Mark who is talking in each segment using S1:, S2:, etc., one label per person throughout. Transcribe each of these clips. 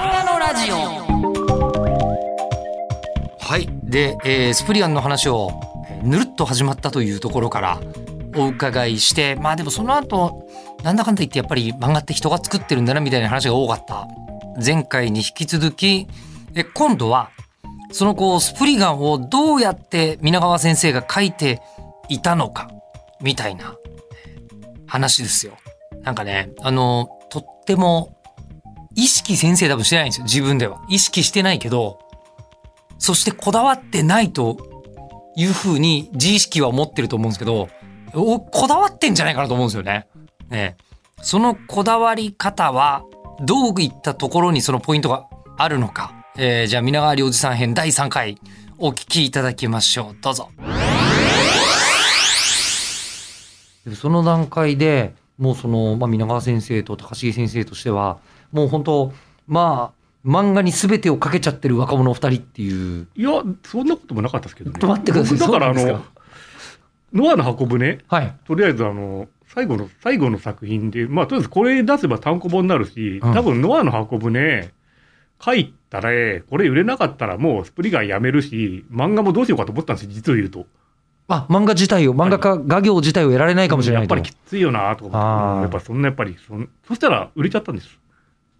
S1: なよ
S2: はいで、えースプリアンの話をえーぬるっと始まったというところからお伺いしてまあでもその後なんだかんだ言ってやっぱり漫画って人が作ってるんだなみたいな話が多かった前回に引き続きえ今度はそのこうスプリガンをどうやって皆川先生が書いていたのかみたいな話ですよ。なんかねあのとっても意識先生多分してないんですよ自分では。意識してないけどそしてこだわってないというふうに自意識は思ってると思うんですけど、おこだわってんじゃないかなと思うんですよね。ねえそのこだわり方は、どういったところにそのポイントがあるのか。えーじゃあ、皆川良二さん編第3回、お聞きいただきましょう。どうぞ。その段階でもうその、まあ、皆川先生と高重先生としてはもう本当まあ漫画に全てをかけちゃってる若者二人っていう
S3: いや、そんなこともなかったですけどね。
S2: ちょっと待ってください
S3: 僕だから、あ
S2: そうなん
S3: の
S2: です、
S3: ノアの箱舟、
S2: はい
S3: とりあえずあの、最後の、最後の作品で、まあ、とりあえずこれ出せば単行本になるし、
S2: うん
S3: 多分ノアの箱舟、書いたら、これ売れなかったらもうスプリガンやめるし、漫画もどうしようかと思ったんですよ、実を言うと。
S2: あ漫画自体を漫画家画業自体をやられないかもしれない
S3: やっ
S2: と
S3: ぱりきついよなとか思
S2: あー
S3: って、やっぱそんなやっぱりそん、そしたら売れちゃったんです。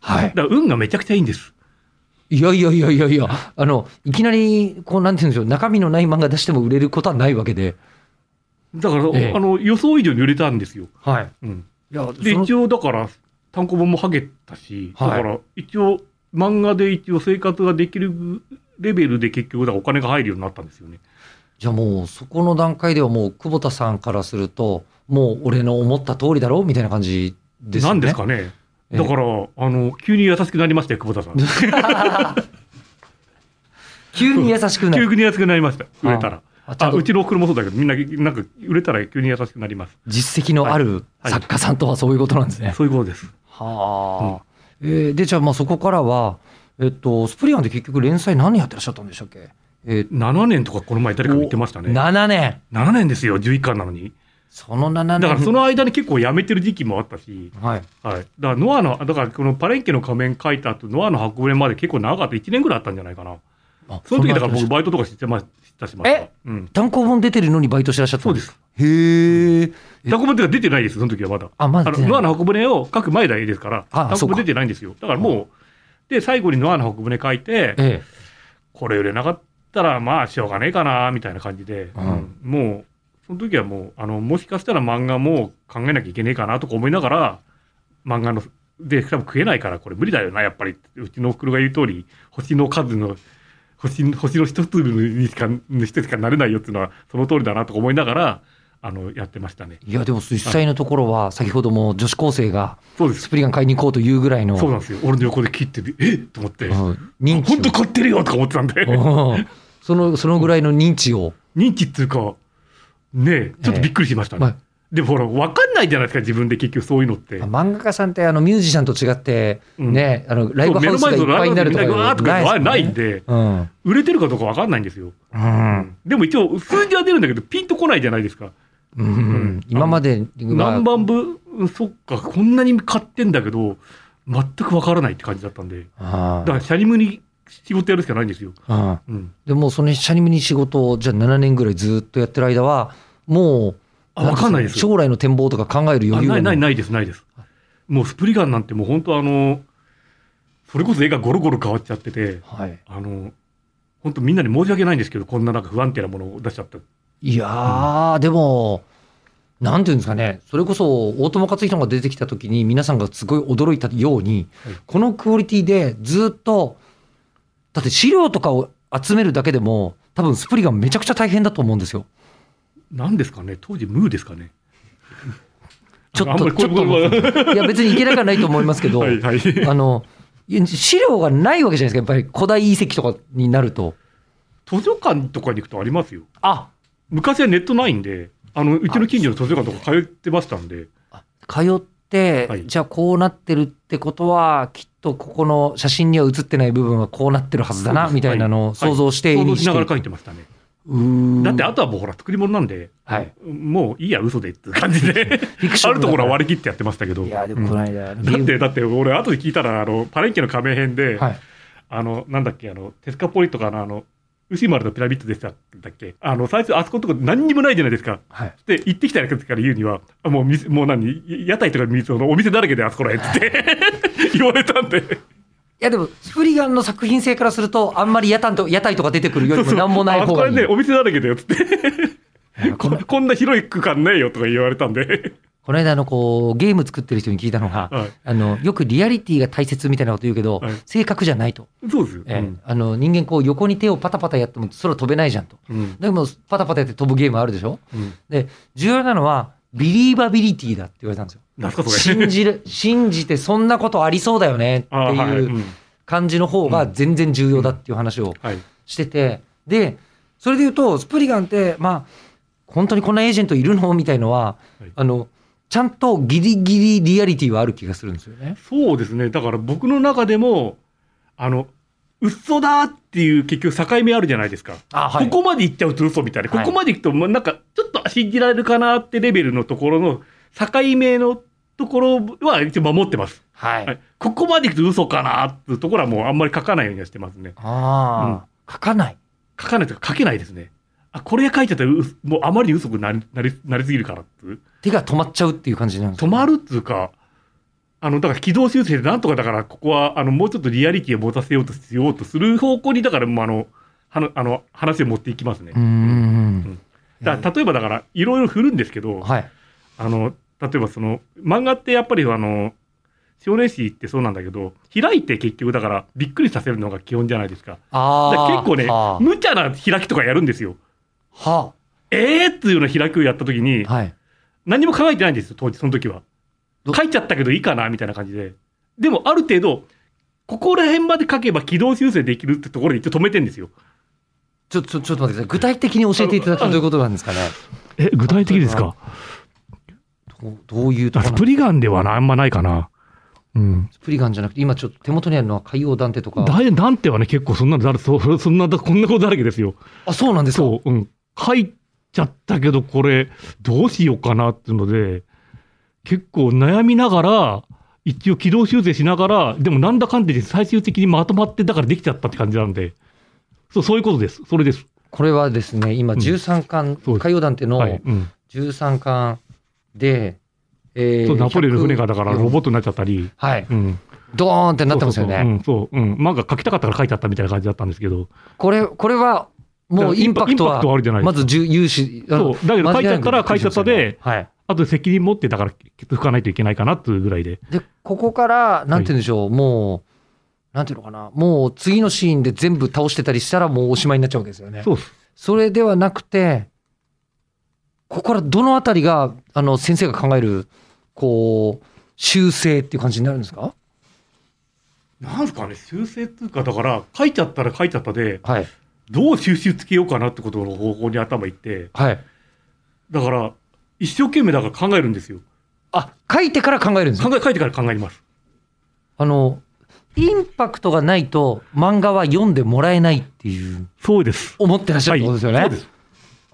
S2: はい
S3: だから運がめちゃくちゃいいんです。
S2: いやいやいやいやいやあのいきなりこうなんて言うんでしょう中身のない漫画出しても売れることはないわけで
S3: だから、
S2: ええ
S3: あの、予想以上に売れたんですよ。
S2: はい
S3: うん。
S2: いや
S3: で、
S2: その
S3: 一応だから、単行本もはげたし、
S2: はい
S3: だから、一応、漫画で一応生活ができるレベルで結局、だからお金が入るようになったんですよね。
S2: じゃあもうそこの段階ではもう久保田さんからするともう俺の思った通りだろうみたいな感じですよ
S3: な
S2: ね
S3: んですかね。
S2: ええ
S3: だから、あの、急に優しくなりましたよ、久保田さん。
S2: 急に優しくなる
S3: 急に優しくなりました、売れたら。
S2: あちゃ
S3: あ
S2: んと
S3: うちのお袋もそうだけど、みんな、なんか、売れたら急に優しくなります。
S2: 実績のある
S3: はい
S2: 作家さんとはそういうことなんですね。
S3: そういうことです。
S2: はあ、えーでじゃあまあそこからは、えっと、スプリガンで結局連載何年やってらっしゃったんでしたっけ、えー
S3: 7年とか、この前誰かが言ってましたね。
S2: 7年
S3: 7年ですよ、11巻なのに。
S2: その7年
S3: だから、その間に結構やめてる時期もあったし、
S2: はい、
S3: はい、だからノアの、だからこのパレンケの仮面書いた後、ノアの箱舟まで結構長かった、1年ぐらいあったんじゃないかな。
S2: あ
S3: その時だから
S2: んな
S3: 僕、
S2: 人
S3: バイトとかしてましたしました。
S2: え
S3: うん。
S2: 単行本出てるのにバイトしてらっしゃった
S3: そ
S2: ん
S3: うです。
S2: へええ
S3: タコブっていうか出てないです、その時はまだ。
S2: あま
S3: あ
S2: だ
S3: の
S2: 出てな
S3: ノ
S2: い
S3: アの箱舟を書く前だけですから、
S2: あ
S3: タ
S2: そ
S3: コ
S2: うか
S3: ブ出てないんですよ。だからもう、で、最後にノアの箱舟書いて、
S2: え
S3: これ売れなかったら、まあ、しょうがねえかな、みたいな感じで、
S2: う
S3: うんんもう、その時はもう、あの、もしかしたら漫画も考えなきゃいけねえかなとか思いながら、漫画の、で、多分食えないから、これ無理だよな、やっぱり。うちのおふくろが言う通り、星の数の、 星の、星の一粒にしか、にしかなれないよっていうのは、その通りだなとか思いながら、あの、やってましたね。
S2: えいやでも実際のところは先ほども女子高生が
S3: そうで
S2: ス
S3: す。
S2: プリガン買いに行こうというぐらいの
S3: そうなんですよ。俺の横で切ってて、えっと思って、
S2: うん認知
S3: 本当買ってるよとか思ってたんで。
S2: をうんそのそのぐらいの認知を、
S3: 認知っていうか、ねえ、ちょっとびっくりしましたね。
S2: まあ
S3: でもほら、わかんないじゃないですか、自分で結局そういうのって。
S2: 漫画家さんってあのミュージシャンと違って、
S3: うん
S2: ねあのライ
S3: そ
S2: ブ
S3: う目
S2: ハウ
S3: の
S2: スがいっ
S3: 前の
S2: ぱいになるとかいうの
S3: ラ
S2: は
S3: イブハウスみたいなわーとか
S2: な
S3: ないい
S2: で
S3: ん
S2: すよね
S3: で、
S2: うん
S3: 売れてるかどうかわかんないんですよ。
S2: うん
S3: でも一応、数字は出るんだけど、ピンとこないじゃないですか。
S2: うん今までは
S3: 何番部、うんそっか、こんなに買ってんだけど、全くわからないって感じだったんで、
S2: あ
S3: だ
S2: ー
S3: からシャリムに仕事やるしかないんですよ。
S2: うん
S3: うん、
S2: でもうそのシャニムに仕事をじゃあ7年ぐらいずっとやってる間はもう
S3: あわかんないです
S2: 将来の展望とか考える
S3: あ
S2: 余裕
S3: ないない
S2: い
S3: ないです、ないです。もうスプリガンなんてもう本当あの、それこそ絵がゴロゴロ変わっちゃってて、
S2: はい、
S3: あの、本当みんなに申し訳ないんですけど、こんななんか不安定なものを出しちゃった。
S2: いやー、でもなんていうんですかねそれこそ大友克洋が出てきた時に皆さんがすごい驚いたように、
S3: はい
S2: このクオリティでずっとだって資料とかを集めるだけでも多分スプリがめちゃくちゃ大変だと思うんですよ。
S3: なんですかね当時ムーですかね
S2: ちょ
S3: あ
S2: っ
S3: んま
S2: と
S3: りこう
S2: ち
S3: い
S2: ょっ
S3: う
S2: と思
S3: こ
S2: ってますいや別にいけなくはないと思いますけど、
S3: はいはい。
S2: あのいや資料がないわけじゃないですかやっぱり古代遺跡とかになると。
S3: 図書館とかに行くとありますよ。
S2: あ
S3: 昔はネットないんで、あの、うちの近所の図書館とか通ってましたんで、
S2: 通って、
S3: はい
S2: じゃあこうなってるってことはきっとここの写真には写ってない部分はこうなってるはずだな
S3: そうです
S2: みたいなのを想像して絵
S3: 想像
S2: に
S3: し
S2: して
S3: ながら書いてましたね。
S2: うーん
S3: だってあとはもうほら、作り物なんで、
S2: はい、
S3: もういいや、嘘でっていう感じで、
S2: フィクショ
S3: あ
S2: ンだか
S3: ると
S2: ら
S3: ころは割り切ってやってましたけど。
S2: いやでもこの間、
S3: うんだって、だって俺、後で聞いたら、あの、パレンケの亀編で、
S2: はい、
S3: あの、なんだっけ、あの、テスカポリとかのあの、牛丸のピラミッドでしたっけあの、最初、あそこのとこ何にもないじゃないですか。
S1: はい。
S3: で、行ってきたやつから言うには、あもう水、もう何、屋台とか水のお店だらけであそこら辺って 言われたんで。
S2: やでもスプリガンの作品性からするとあんまり屋台と屋台とか出てくるよりもなんもない
S3: あそ
S2: 方
S3: こ
S2: が
S3: ら
S2: いい、
S3: 辺ね、お店だらけだよっつって。 こんこんな広い区間ねえよとか言われたんで。
S2: この間あのこうゲーム作ってる人に聞いたのが、
S3: は
S2: あのよくリアリティが大切みたいなこと言うけど、
S3: はい
S2: 正確じゃないと、
S3: い。そうですよ。
S2: ええあの人間こう横に手をパタパタやっても空飛べないじゃんと
S3: うん。うん。
S2: でもパタパタやって飛ぶゲームあるでしょ
S3: うん。
S2: で重要なのはビリーバビリティだって言われたんですよ
S3: なんすかそれ。
S2: 信じる信じてそんなことありそうだよねって
S3: ああ、はい。。
S2: いううん感じの方が全然重要だっていう話を
S3: はい。
S2: しててでそれで言うとスプリガンってまあ本当にこんなエージェントいるのみたいのは、
S3: はい
S2: あのちゃんとギリギリリアリティはある気がするんですよね。
S3: そうですね。だから僕の中でも、あの、嘘だっていう結局境目あるじゃないですか。
S2: あ
S3: ここまで行っちゃうと嘘みたいな。こ
S2: はい
S3: こまで行くと、もうなんか、ちょっと信じられるかなってレベルのところの境目のところは一応守ってます。
S2: はい、
S3: はい。ここまで行くと嘘かなっていうところはもうあんまり書かないようにはしてますね。
S2: ああ、書かない。
S3: 書かないというか書けないですね。あ、これ書いちゃったらう、もうあまりに嘘くなり、なり、なりすぎるからっていう。
S2: 手が止まっちゃうっていう感じなんです
S3: 止まるっていうか、あの、だから軌道修正でなんとかだから、ここは、あの、もうちょっとリアリティを持たせようとしようとする方向に、だから、もうあの、はなあの、話を持っていきますね
S2: う。ーん。
S3: だから例えばだから、いろいろ振るんですけど、
S2: はい。
S3: あの、例えばその、漫画ってやっぱりあの、少年誌ってそうなんだけど、開いて結局だから、びっくりさせるのが基本じゃないですか。だか
S2: あ
S3: ら
S2: あ。
S3: 結構ね
S2: は、
S3: 無茶な開きとかやるんですよ。
S2: あは
S3: えーっていうような開きをやった時に
S2: あ、はい。
S3: 何も考えてないんですよ、当時、その時は。
S2: ど
S3: 書いちゃったけどいいかな、みたいな感じで。でも、ある程度、ここら辺まで書けば軌道修正できるってところで一応止めてんですよ。
S2: ちょ、ちょ、ちょっと待ってください。具体的に教えていただくとどういうことなんですかね。
S3: え、具体
S2: 的ですかどうどういうところなんですか
S3: リガンではあんまないかな。うん。
S2: スプリガンじゃなくて、今ちょっと手元にあるのは海洋断定とか。
S3: なんてはね、結構そんなのだら、そそんな、こんなことだらけですよ。
S2: あ、そうなんですか。
S3: そう、うん、書いちゃったけど、これ、どうしようかなっていうので、結構悩みながら、一応軌道修正しながら、でもなんだかんだで最終的にまとまって、だからできちゃったって感じなんで、そうそういうことです、それです。
S2: これはですね、今
S3: うん
S2: 13巻、
S3: そうです
S2: 海洋団っての
S3: はいうん
S2: 13巻で、え
S3: そうナポレオンの船がだからロ
S2: ッ
S3: ボ
S2: ト。
S3: ットになっちゃったり、
S2: はい。
S3: うん、
S2: ドーンってなってますよね。
S3: そうそうそううん、そう、うん、漫画書きたかったから書いちゃったみたいな感じだったんですけど、
S2: これ、これは、もうインパクト
S3: インパ
S2: は
S3: ク、あるじゃないで
S2: ます
S3: か
S2: ず重有志、あの
S3: そうだけど書いちゃったら書いちゃったで、
S2: はい。
S3: あとで責任持って、だから、拭かないといけないかなっていうぐらいで、
S2: で、ここから、なんて言うんでしょう、もう、なんていうのかな、もう次のシーンで全部倒してたりしたら、もうおしまいになっちゃうわけですよね。
S3: そうっす。
S2: それではなくて、ここからどのあたりが、あの、先生が考える、こう、修正っていう感じになるんですか
S3: なんすかね、修正っていうか、だから、書いちゃったら書いちゃったで、
S2: はい。
S3: どう収集つけようかなってことの方向に頭いって、
S2: はい。
S3: だから、一生懸命だから考えるんですよ。
S2: あ、書いてから考えるんですか
S3: 考え、書いてから考えます。
S2: あの、インパクトがないと漫画は読んでもらえないっていう、
S3: そうです。
S2: 思ってらっしゃるってことですよね。
S3: そうです。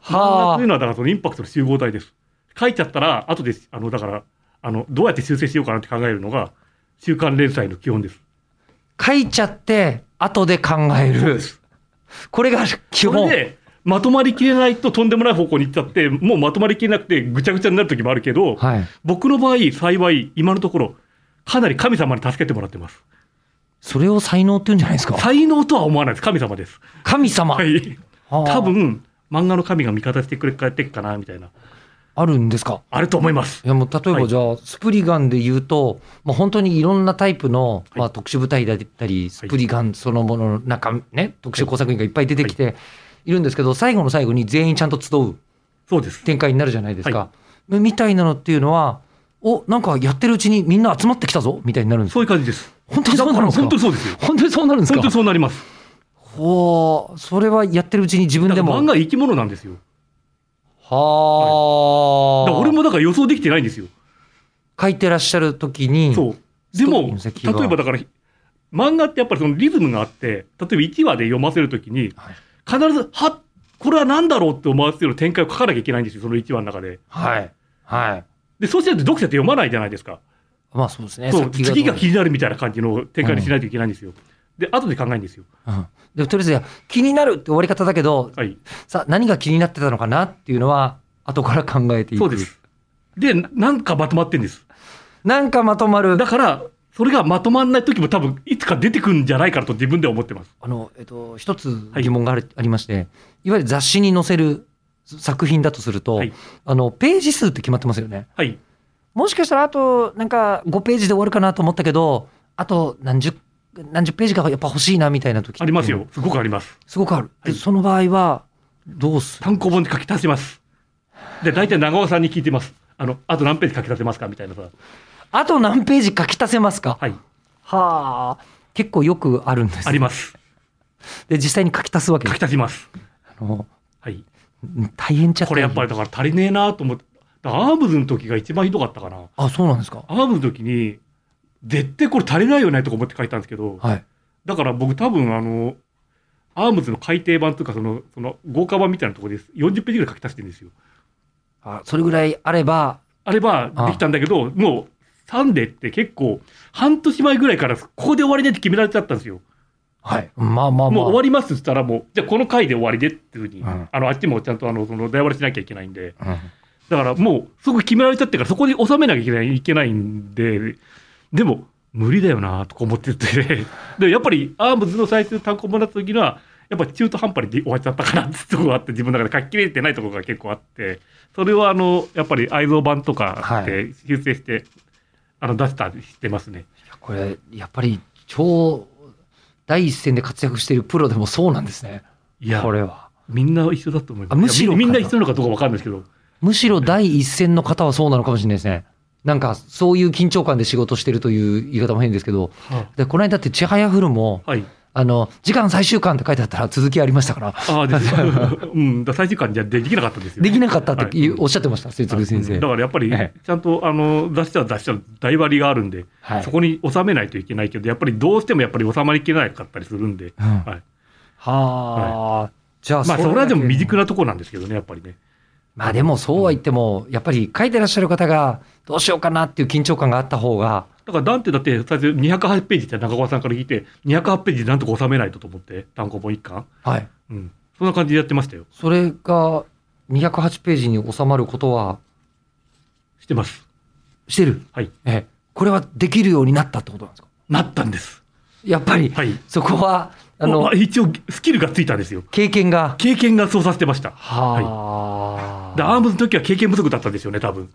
S2: は
S3: というのは、だからそのインパクトの集合体です。書いちゃったら、後で、あの、だから、あの、どうやって修正しようかなって考えるのが、週刊連載の基本です。
S2: あ。書いちゃって、後で考える。これが基
S3: それ
S2: 本。
S3: で、まとまりきれないととんでもない方向に行っちゃって、もうまとまりきれなくてぐちゃぐちゃになる時もあるけど、
S2: はい。
S3: 僕の場合、幸い、今のところ、かなり神様に助けてもらってます。
S2: それを才能って言うんじゃないですか。
S3: 才能とは思わないです。神様です。
S2: 神様。
S3: はい。
S2: はあ
S3: 多分、漫画の神が味方してくれてるかな、みたいな。
S2: あるんですか。
S3: あると思います。
S2: いやもう例え
S3: は
S2: ば
S3: い
S2: じゃあ、スプリガンで言うと、まあ、本当にいろんなタイプの、まあ、特殊部隊だったり、スプリガンそのものの中、ね、特殊工作員がいっぱい出てきているんですけど、最後の最後に全員ちゃんと集う
S3: そうです。
S2: 展開になるじゃないですか。みたいなのっていうのは、おなんかやってるうちにみんな集まってきたぞみたいになるんです
S3: そういう感じです。
S2: 本当にそうなるんですか
S3: 本当にそうですよ。
S2: 本当にそうなるんです
S3: 本当
S2: か
S3: にそうなります。
S2: ほう、それはやってるうちに自分
S3: だか
S2: で
S3: ら
S2: も。
S3: 漫画は生き物なんですよ。
S2: は
S3: だ
S2: あ、
S3: から俺もだから予想できてないんですよ。
S2: 書いてらっしゃる時に、
S3: そう。でも、
S2: ストーリーの先は
S3: 例えばだから、漫画ってやっぱりそのリズムがあって、例えば1話で読ませるときに、
S2: はい
S3: 必ず、はこれは何だろうって思わせるような展開を書かなきゃいけないんですよ、その1話の中で。
S2: はい。はい。
S3: で、そうしないと読者って読まないじゃないですか。
S2: まあそうですね。
S3: そう
S2: 先どう
S3: 次が気になるみたいな感じの展開にしないといけないんですよ。で、後で考えるんですよ。
S2: うん、でもとりあえず気になるって終わり方だけど
S3: はい。
S2: さあ何が気になってたのかなっていうのは後から考えていく
S3: そうです。で、ななんかまとまってんです。
S2: なんかまとまる
S3: だから、それがまとまんない時も多分、いつか出てくるんじゃないかなと自分では思ってます。
S2: あの、えっと、一つ
S3: はい
S2: 疑問がある、ありまして、いわゆる雑誌に載せる作品だとすると、
S3: はい
S2: あの、ページ数って決まってますよね。
S3: はい。
S2: もしかしたら、あと、なんか、5ページで終わるかなと思ったけど、あと、何十、何十ページかやっぱ欲しいなみたいな時って
S3: ありますよ。。すごくあります。
S2: すごくある。で
S3: はい
S2: その場合は、どうする
S3: 単行本で書き足せます。で、大体長尾さんに聞いてます。あの、あと何ページ書き足せますかみたいなさ。
S2: あと何ページ書き足せますか
S3: はい。
S2: はあ、結構よくあるんです。
S3: あります。
S2: で、実際に書き足すわけで
S3: 書
S2: す。
S3: き足します。
S2: あの
S3: はい。
S2: 大変っちゃ
S3: これやっぱ
S2: り。
S3: りだから足りねえなと思って、アームズの時が一番ひどかったかな。
S2: あ、そうなんですか。
S3: アームの時に、絶対これ足りないよねとか思って書いたんですけど、
S2: はい。
S3: だから僕多分あの、アームズの改訂版とかその、その豪華版みたいなところです。40ページぐらい書き足してるんですよ。
S2: あそれぐらいあれば、
S3: あればできたんだけど、もう、サンデーって結構、半年前ぐらいから、ここで終わりねって決められちゃったんですよ。
S2: はい。まあまあまあ。
S3: もう終わりますって言ったら、もう、じゃあこの回で終わりでっていうふうに、
S2: うん
S3: あの、あっちもちゃんと、あの、その、台割りしなきゃいけないんで、
S2: うん
S3: だからもう、そこ決められちゃってから、そこで収めなきゃいけないいけないんで、でも、無理だよなとか思ってて、 で、やっぱり、アームズの最終単行本だった時には、やっぱ中途半端に終わっちゃったかなってとこがあって、自分の中で書ききれてないところが結構あって、それは、あの、やっぱり、愛蔵版とか
S2: は
S3: で修正して、あの、出したりしてますね。
S2: これ、やっぱり超第一線で活躍しているプロでもそうなんですね。
S3: いや
S2: こ、れは。
S3: みんな一緒だと思いま
S2: あ
S3: す。
S2: むしろ
S3: いやみみんな一緒なのかどうかわかんないですけど、
S2: むしろ第一線の方はそうなのかもしれないですね。なんか、そういう緊張感で仕事してるという言い方も変ですけど、でこの間って、ちはやふるも、
S3: はい。
S2: あの、時間最終巻って書いてあったら続きありましたから、
S3: ああ、です。 うん、だから最終巻じゃできなかったんですよ。
S2: できなかったってい
S3: は
S2: うおっしゃってました、節
S3: あ
S2: 分先生
S3: だ。からやっぱり、
S2: え
S3: ちゃんとあの出したら出したら、台割りがあるんで、
S2: はい
S3: そこに収めないといけないけど、やっぱりどうしてもやっぱり収まりきれなかったりするんで、
S2: うんは
S3: はい
S2: あ、じゃあ、
S3: まあ、それは
S2: だけ
S3: でも未熟なところなんですけどね、やっぱりね。
S2: まあでもそうは言っても、やっぱり書いてらっしゃる方がどうしようかなっていう緊張感があった方が、
S3: だから、ダンテだって、最初208ページって中川さんから聞いて、208ページなんとか収めないとと思って、単行本一巻。
S2: はい。
S3: うん。そんな感じでやってましたよ。
S2: それが208ページに収まることは
S3: してます。
S2: してる。
S3: はい。
S2: ええ、これはできるようになったってことなんですか
S3: なったんです。
S2: やっぱり、
S3: はい。
S2: そこは、あ
S3: あの
S2: の、
S3: 一応、スキルがついたんですよ。
S2: 経験が。
S3: 経験がそうさせてました。
S2: はあ。
S3: で、アームズの時は経験不足だったんですよね、多分。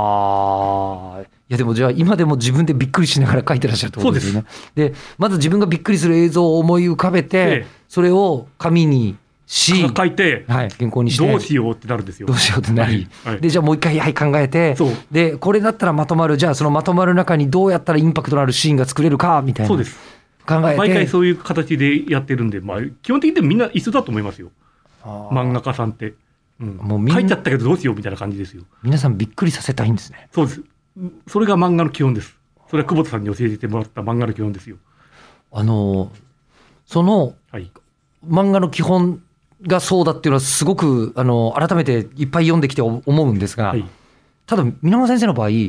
S2: はあ。いやでもじゃあ今でも自分でびっくりしながら書いてらっしゃるってことですよね。でまず自分がびっくりする映像を思い浮かべて、
S3: ええ
S2: それを紙にし、
S3: 書いて、
S2: はい、原稿にして
S3: どうしようってなるんですよ
S2: どう。しようってなり、
S3: はいはい
S2: でじゃあもう一回、はい、考えて
S3: そう
S2: でこれだったらまとまるじゃあそのまとまる中にどうやったらインパクトのあるシーンが作れるかみたいな
S3: そうです。
S2: 考えて
S3: 毎回そういう形でやってるんで、まあ、基本的にみんな一緒だと思いますよ、
S2: あー
S3: 漫画家さんって。うん、
S2: もうみん
S3: 書いちゃったけどどうしようみたいな感じですよ。
S2: 皆さんびっくりさせたいんですね
S3: そうです。うんそれが漫画の基本です。それは久保田さんに教えてもらった漫画の基本ですよ。
S2: あのーその
S3: はい。
S2: 漫画の基本がそうだっていうのはすごくあのー改めていっぱい読んできて思うんですが、
S3: はい。
S2: ただ皆川先生の場合や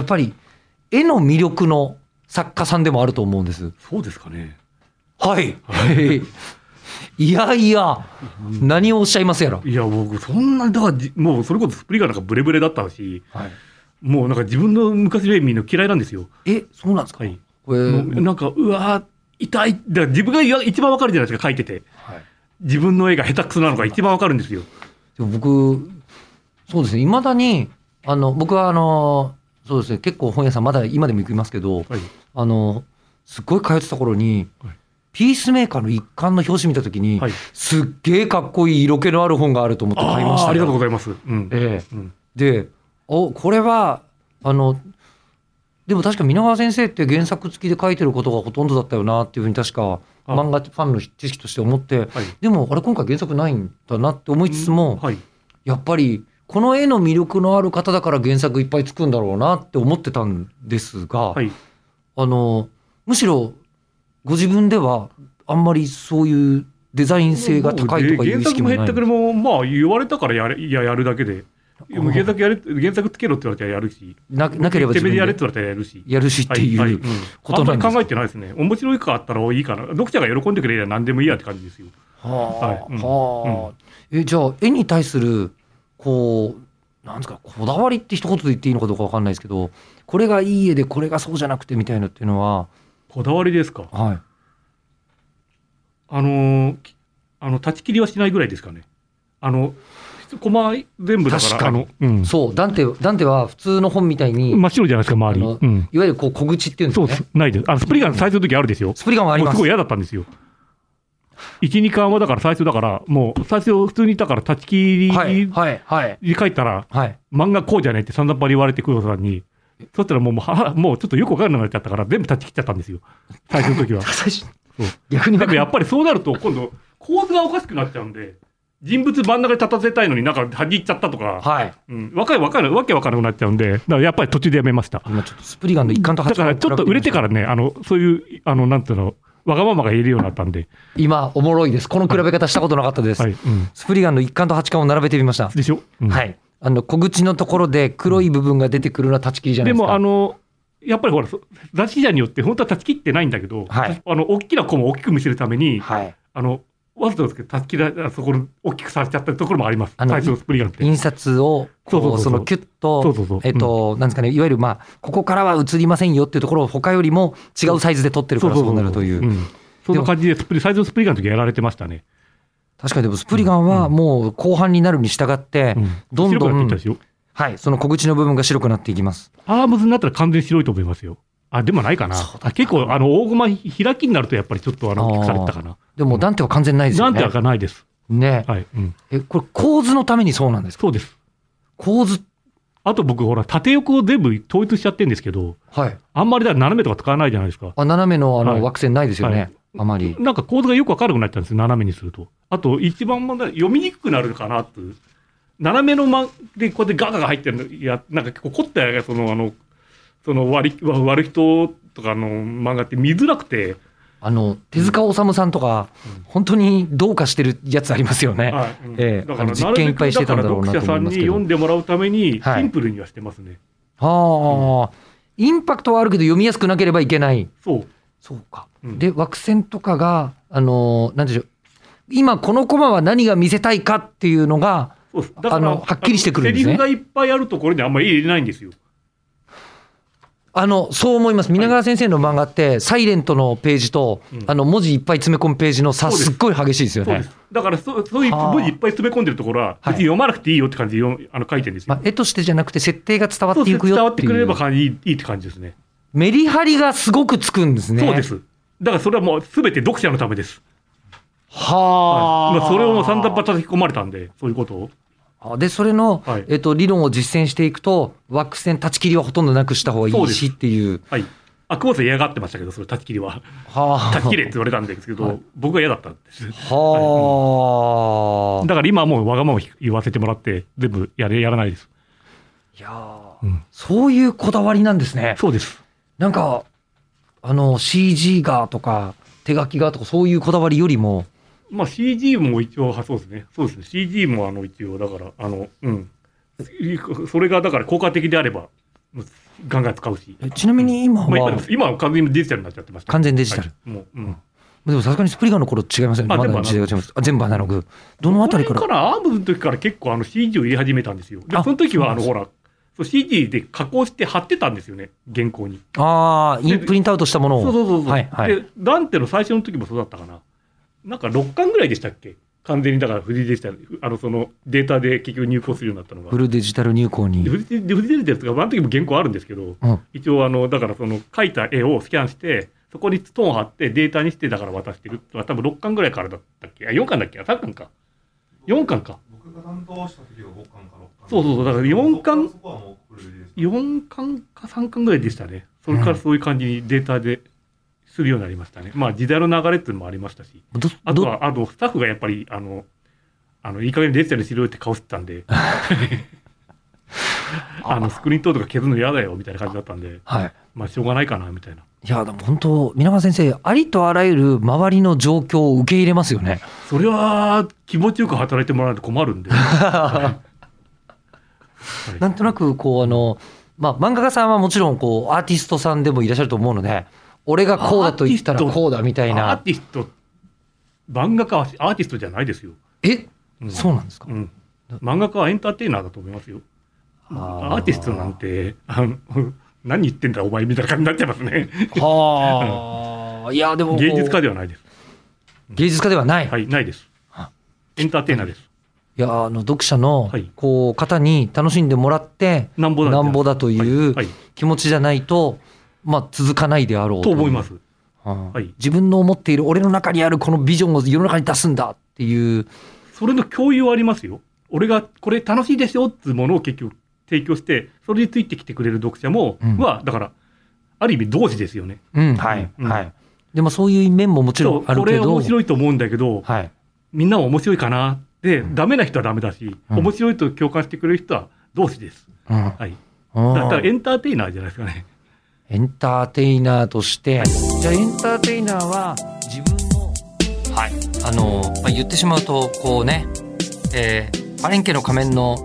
S2: っぱり絵の魅力の作家さんでもあると思うんです
S3: そうですかね。
S2: はい、 いやいや何をおっしゃいますやら
S3: いや、僕、そんな、だからじ、もう、それこそスプリガーなんかブレブレだったし、
S2: はい、
S3: もうなんか自分の昔の意味の嫌いなんですよ。
S2: え、そうなんですか。
S3: はい。
S2: これ、
S3: もうなんか、うわー痛い。だから自分が言わ一番わかるじゃないですか、書いてて。
S2: はい
S3: 自分の絵が下手くそなのが一番わかるんですよ。
S2: でも僕、そうですね、いまだに、あの、僕はあの、そうですね、結構本屋さん、まだ今でも行きますけど、
S3: はい。
S2: あの、すっごい通ってた頃に
S3: はい。
S2: ピースメーカーの一巻の表紙見たときに、
S3: はい
S2: すっげえかっこいい色気のある本があると思って買いました
S3: あーありがとうご
S2: ざい
S3: ざいます。うん。
S2: ええ
S3: うん
S2: で、お、これは、あの、でも確か皆川先生って原作付きで書いてることがほとんどだったよなっていうふうに確か
S3: あ
S2: 漫画ファンの知識として思って、
S3: はい。
S2: でもあれ今回原作ないんだなって思いつつも、
S3: はい。
S2: やっぱりこの絵の魅力のある方だから原作いっぱいつくんだろうなって思ってたんですが、
S3: はい。
S2: あのむしろご自分ではあんまりそういうデザイン性が高いとかいう意識もない
S3: 原作も減ったけども、まあ、言われたからやれいややるだけで、いやもう原作やれ、原作つけろって言われたらやるし、
S2: ななければ
S3: て
S2: 自分
S3: めえでやれっ
S2: で
S3: て言われたらやるし。
S2: やるしって
S3: はい
S2: いう
S3: はいん
S2: ことなんです
S3: あんまり考えてないですね。面白いかあったらいいかな。読者が喜んでくれりゃ何でもいいやって感じですよ。
S2: はあ、
S3: はいうん
S2: はあ、えじゃあ絵に対するこうなんですかこだわりって一言で言っていいのかどうかわかんないですけどこれがいい絵でこれがそうじゃなくてみたいなっていうのは
S3: こだわりですか。
S2: はい
S3: あのーきあの、断ち切りはしないぐらいですかね。あの、コマ全部だから、
S2: 確かに
S3: あの、うん
S2: そうダンテダンテは普通の本みたいに、
S3: 真っ白じゃないですか、周
S2: あの
S3: り。うん。
S2: いわゆるこう小口っていうんです
S3: そ
S2: よ
S3: う
S2: ね
S3: です、ないです。あの、スプリガン最初の時あるですよ。
S2: スプリガンはあり
S3: もう
S2: ますす
S3: ごい嫌だったんですよ。1、2巻はだから最初だから、もう最初普通にだから断ち切
S2: はい
S3: り
S2: はいはい
S3: に書いたら、
S2: はい
S3: 漫画こうじゃねえって散々バリ言われて黒田さんに、そしたらもうもうは、もうちょっとよくわからなくなっちゃったから、全部断ち切っちゃったんですよ。 最初の時 は。
S2: 最初逆に
S3: でもやっぱりそうなると、今度、構図がおかしくなっちゃうんで、人物真ん中で立たせたいのになんか端行っちゃったとか、
S2: はい
S3: うん、若い若いわけわからなくなっちゃうんで、だからやっぱり途中でやめました。
S2: 今ちょっとスプリガンの一巻と
S3: だ
S2: 八
S3: から
S2: 巻
S3: ちょっと売れてからね、あの、そういう、あの、なんていうの、わがままが言えるようになったんで、
S2: 今おもろいですこの比べ方したことなかったです、
S3: はい、うん。
S2: スプリガンの一巻と八巻を並べてみました
S3: でしょ、うん
S2: はい。あの小口のところで黒い部分が出てくるのは断ち切りじゃない
S3: で
S2: ですか。
S3: も、あの、やっぱりほら、そ雑誌社によって本当は断ち切ってないんだけど、
S2: はい
S3: あの、大きなコマを大きく見せるために、
S2: はい。
S3: あの、わざとですけど、たきら、そこの大きくされちゃったところもあります。
S2: あの
S3: 最初のスプリガンって。
S2: 印刷をこう
S3: そうそうそう
S2: そ
S3: そう
S2: のキュッ
S3: そ
S2: と
S3: うそうそう
S2: えっと、なんですかねいわゆるまあここからは映りませんよっていうところを他よりも違うサイズで撮ってるからそうなるという。
S3: んそんな感じでスプリ、最初のスプリガンの時やられてましたね。
S2: 確かにでもスプリガンはもう後半になるに従って、
S3: うん
S2: どん
S3: 白
S2: ど
S3: くなってい
S2: ん
S3: ったでしょ。
S2: はいその小口の部分が白くなっていきます。
S3: アームズになったら完全に白いと思いますよ。あ、でもないかな
S2: そう。だ
S3: あ結構、あの、大駒ひ開きになるとやっぱりちょっと、あの、大きくされてたかな。
S2: でもダンテは完全ないです
S3: な
S2: よ
S3: んて
S2: ね
S3: 開。かないです。
S2: ね
S3: はい。うん。
S2: えこれ構図のためにそうなんですか。
S3: そうです。
S2: 構図
S3: あと僕、ほら、縦横を全部統一しちゃってるんですけど、
S2: はい
S3: あんまりだから斜めとか使わないじゃないですか。
S2: あ斜めのあ
S3: は
S2: の
S3: い
S2: 枠線ないですよね、
S3: はい
S2: あまり。
S3: なんか構図がよくわからなくなっちゃうんですよ、斜めにすると。あと、一番問題、読みにくくなるかなっていう。斜めのまで、こうやってガガが入ってるの、いや、なんか結構凝ったやつが、その、あの、その割り、割る人とかの漫画って見づらくて、
S2: あの手塚治虫さんとか、
S3: うん
S2: 本当にどうかしてるやつありますよね。
S3: はいうん
S2: ええ
S3: だ
S2: あ
S3: か
S2: の
S3: ら、
S2: 実
S3: なる
S2: 験い
S3: べ
S2: っぱい
S3: く、
S2: してた
S3: だか
S2: んだ
S3: ら、
S2: ろうな
S3: 読
S2: と思
S3: 者さ
S2: い
S3: ん
S2: ま
S3: に
S2: すけど
S3: 読んでもらうために、
S2: はい
S3: シンプルにはしてますね。
S2: はあ、インパクトはあるけど読みやすくなければいけない。
S3: そう。
S2: そうか。
S3: うん
S2: で枠線とかがあのーなんていうんでしょう。今このコマは何が見せたいかっていうのが
S3: そうですだから
S2: あのはっきりしてくるんですね
S3: セリフがいっぱいあるところにあんまり入れないんですよ。
S2: あのそう思います。皆川先生の漫画ってサイレントのページと、
S3: うん
S2: あの文字いっぱい詰め込むページの差
S3: そうです
S2: すっごい激しいですよ
S3: そうで
S2: ね
S3: す。。だからそ、そういう
S2: はあ
S3: 文字いっぱい詰め込んでるところは、別に読まなくていいよって感じで読むあの書いてるんですよ。
S2: まあ、絵としてじゃなくて設定が伝わ
S3: そ
S2: っ
S3: う
S2: て
S3: で
S2: い
S3: す
S2: く
S3: ね伝
S2: よ
S3: わ
S2: っ
S3: っててくれ
S2: い
S3: れ
S2: う
S3: ばいいいいって感じですね。
S2: メリハリがすごくつくんですね。
S3: そうで。す。だからそれはもうすべて読者のためです。
S2: は
S3: はい
S2: あ、
S3: まあそれをもう散々ばたき込まれたんで、そういうことを。
S2: あで、それの、
S3: はい
S2: えっと、理論を実践していくと、枠線、断ち切りはほとんどなくした方がい
S3: そう
S2: い
S3: で
S2: し
S3: す
S2: っていう。
S3: はい。あ、久保田さん嫌がってましたけど、それ、断ち切り は。
S2: は
S3: 断ち切れって言われたんですけど、
S2: はい
S3: 僕は嫌だったんです。
S2: はあ、
S3: だから今はもうわがまま言わせてもらって、全部やれ、やらないです。
S2: いやー
S3: うん
S2: そういうこだわりなんですね。
S3: そうです。
S2: なんか、あの、CG がとか、手書きがとか、そういうこだわりよりも、
S3: まあ CG も一応、はそうですね。そうですね。CG もあの一応、だから、あの、うん。それがだから効果的であれば、ガンガン使うし。
S2: えちなみに今は、
S3: まあ、今今は完全にデジタルになっちゃってました。
S2: 完全デジタル
S3: はいもう、うん。
S2: でもさすがにスプリガンの頃違いますよね。
S3: あ
S2: まだ
S3: 全部
S2: 時代が違います。あ全部アナログ。どのあたりから
S3: これからアームズの時から結構あの CG を入れ始めたんですよ。で
S2: あ、
S3: その時はあの
S2: そ
S3: ほら、そう CG で加工して貼ってたんですよね、原稿に。
S2: ああ、インプリントアウトしたものを。
S3: そうそうそうそう、
S2: はいはい
S3: で、ダンテの最初の時もそうだったかな。なんか6巻ぐらいでしたっけ完全にだからフリーデジタル、あのそのデータで結局入稿するようになったのが。
S2: フルデジタル入稿に。
S3: でフリーデフリーデジタルとか、あの時も原稿あるんですけど、
S2: うん
S3: 一応あの、だからその描いた絵をスキャンして、そこにストーン貼ってデータにしてだから渡してるってのは多分6巻ぐらいからだったっけあ、4巻だっけあ、3巻か。4巻か。
S1: 僕が担当した時は5巻か6巻
S3: そうそうそうだから四巻
S1: そこはもうフルでいいです
S3: 4巻か3巻ぐらいでしたね。それからそういう感じにデータでするようになりましたね。まあ時代の流れっていうのもありましたし。
S2: ど
S3: あと
S2: ど
S3: は、あの、スタッフがやっぱり、あの、あの、いい加減デジタルにしろよって顔してた んで、あの、スクリーン等とか削るの嫌だよみたいな感じだったんで、
S2: はい。
S3: まあしょうがないかなみたいな。
S2: いや、でも本当、皆川先生、ありとあらゆる周りの状況を受け入れますよね。
S3: それは気持ちよく働いてもらわないと困るんで。はい
S2: なんとなくこうあの、まあ、漫画家さんはもちろんこうアーティストさんでもいらっしゃると思うので俺がこうだと言ったら
S3: アーティスト
S2: こうだみたい
S3: アー
S2: な
S3: ティスト、漫画家はアーティストじゃないですよ。
S2: え
S3: うん
S2: そうなんですか
S3: うん。漫画家はエンターテイナーだと思いますよ。
S2: あー
S3: アーティストなんて、あの何言ってんだお前みたいな感じになっちゃいますね。
S2: はあ いやでも
S3: 芸術家ではないです。
S2: 芸術家ではない、
S3: はい、ないです
S2: あ。
S3: エンターテイナーです。
S2: いやあの読者の
S3: はい
S2: こう方に楽しんでもらって
S3: なんぼだ
S2: なんぼだという
S3: はい。
S2: 気持ちじゃないと、まあ、続かないであろう
S3: と思います。
S2: うん
S3: はい
S2: 自分の思っている俺の中にあるこのビジョンを世の中に出すんだっていう
S3: それの共有はありますよ。俺がこれ楽しいですよっていうものを結局提供して、それについてきてくれる読者も、
S2: うん
S3: は、だから、ある意味同時ですよね。
S2: うんはい、
S3: うん
S2: はい。でもそういう面ももちろんある
S3: こ
S2: け
S3: れ
S2: ど、
S3: 面白いと思うんだけど、
S2: はい。
S3: みんなは面白いかなで、ダメな人はダメだし、
S2: うん
S3: 面白いと共感してくれる人は同士です。
S2: うん。
S3: はい。
S2: うん
S3: だからエンターテイナーじゃないですかね。
S2: エンターテイナーとして、じゃあエンターテイナーは自分の、はい。あの、まあ、言ってしまうと、こうね、えー、パレンケの仮面の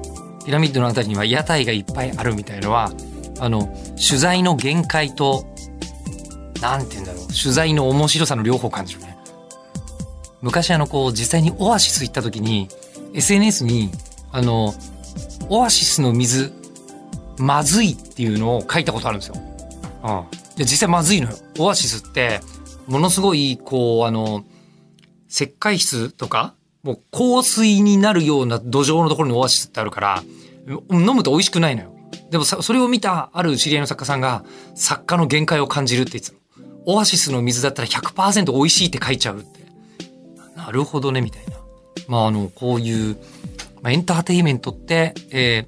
S2: ピラミッドのあたりには屋台がいっぱいあるみたいのは、あの、取材の限界と、なんて言うんだろう、取材の面白さの両方を感じるね。昔あの、こう、実際にオアシス行った時に、SNS に、あの、オアシスの水、まずいっていうのを書いたことあるんですよ。で実際まずいのよオアシスってものすごいこうあの石灰質とかもう香水になるような土壌のところにオアシスってあるからうん飲むと美味しくないのよでもさそれを見たある知り合いの作家さんが作家の限界を感じるって言ってたのオアシスの水だったら100%美味しいって書いちゃうってなるほどねみたいなまああのこういう、まあ、エンターテインメントってえ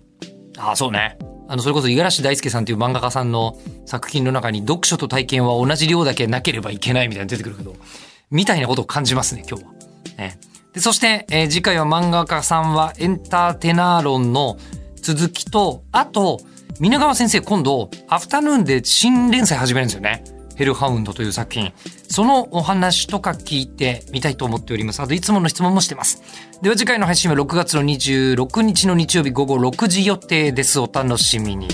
S2: ー、ああそうねあのそれこそ五十嵐大輔さんという漫画家さんの作品の中に読書と体験は同じ量だけなければいけないみたいなの出てくるけど、みたいなことを感じますね、今日は。ね、でそして、えー次回は漫画家さんはエンターテナー論の続きと、あと、皆川先生今度、アフタヌーンで新連載始めるんですよね。ヘルハウンドという作品。そのお話とか聞いてみたいと思っております。あと、いつもの質問もしてます。では次回の配信は6月の26日の日曜日午後6時予定です。お楽しみに。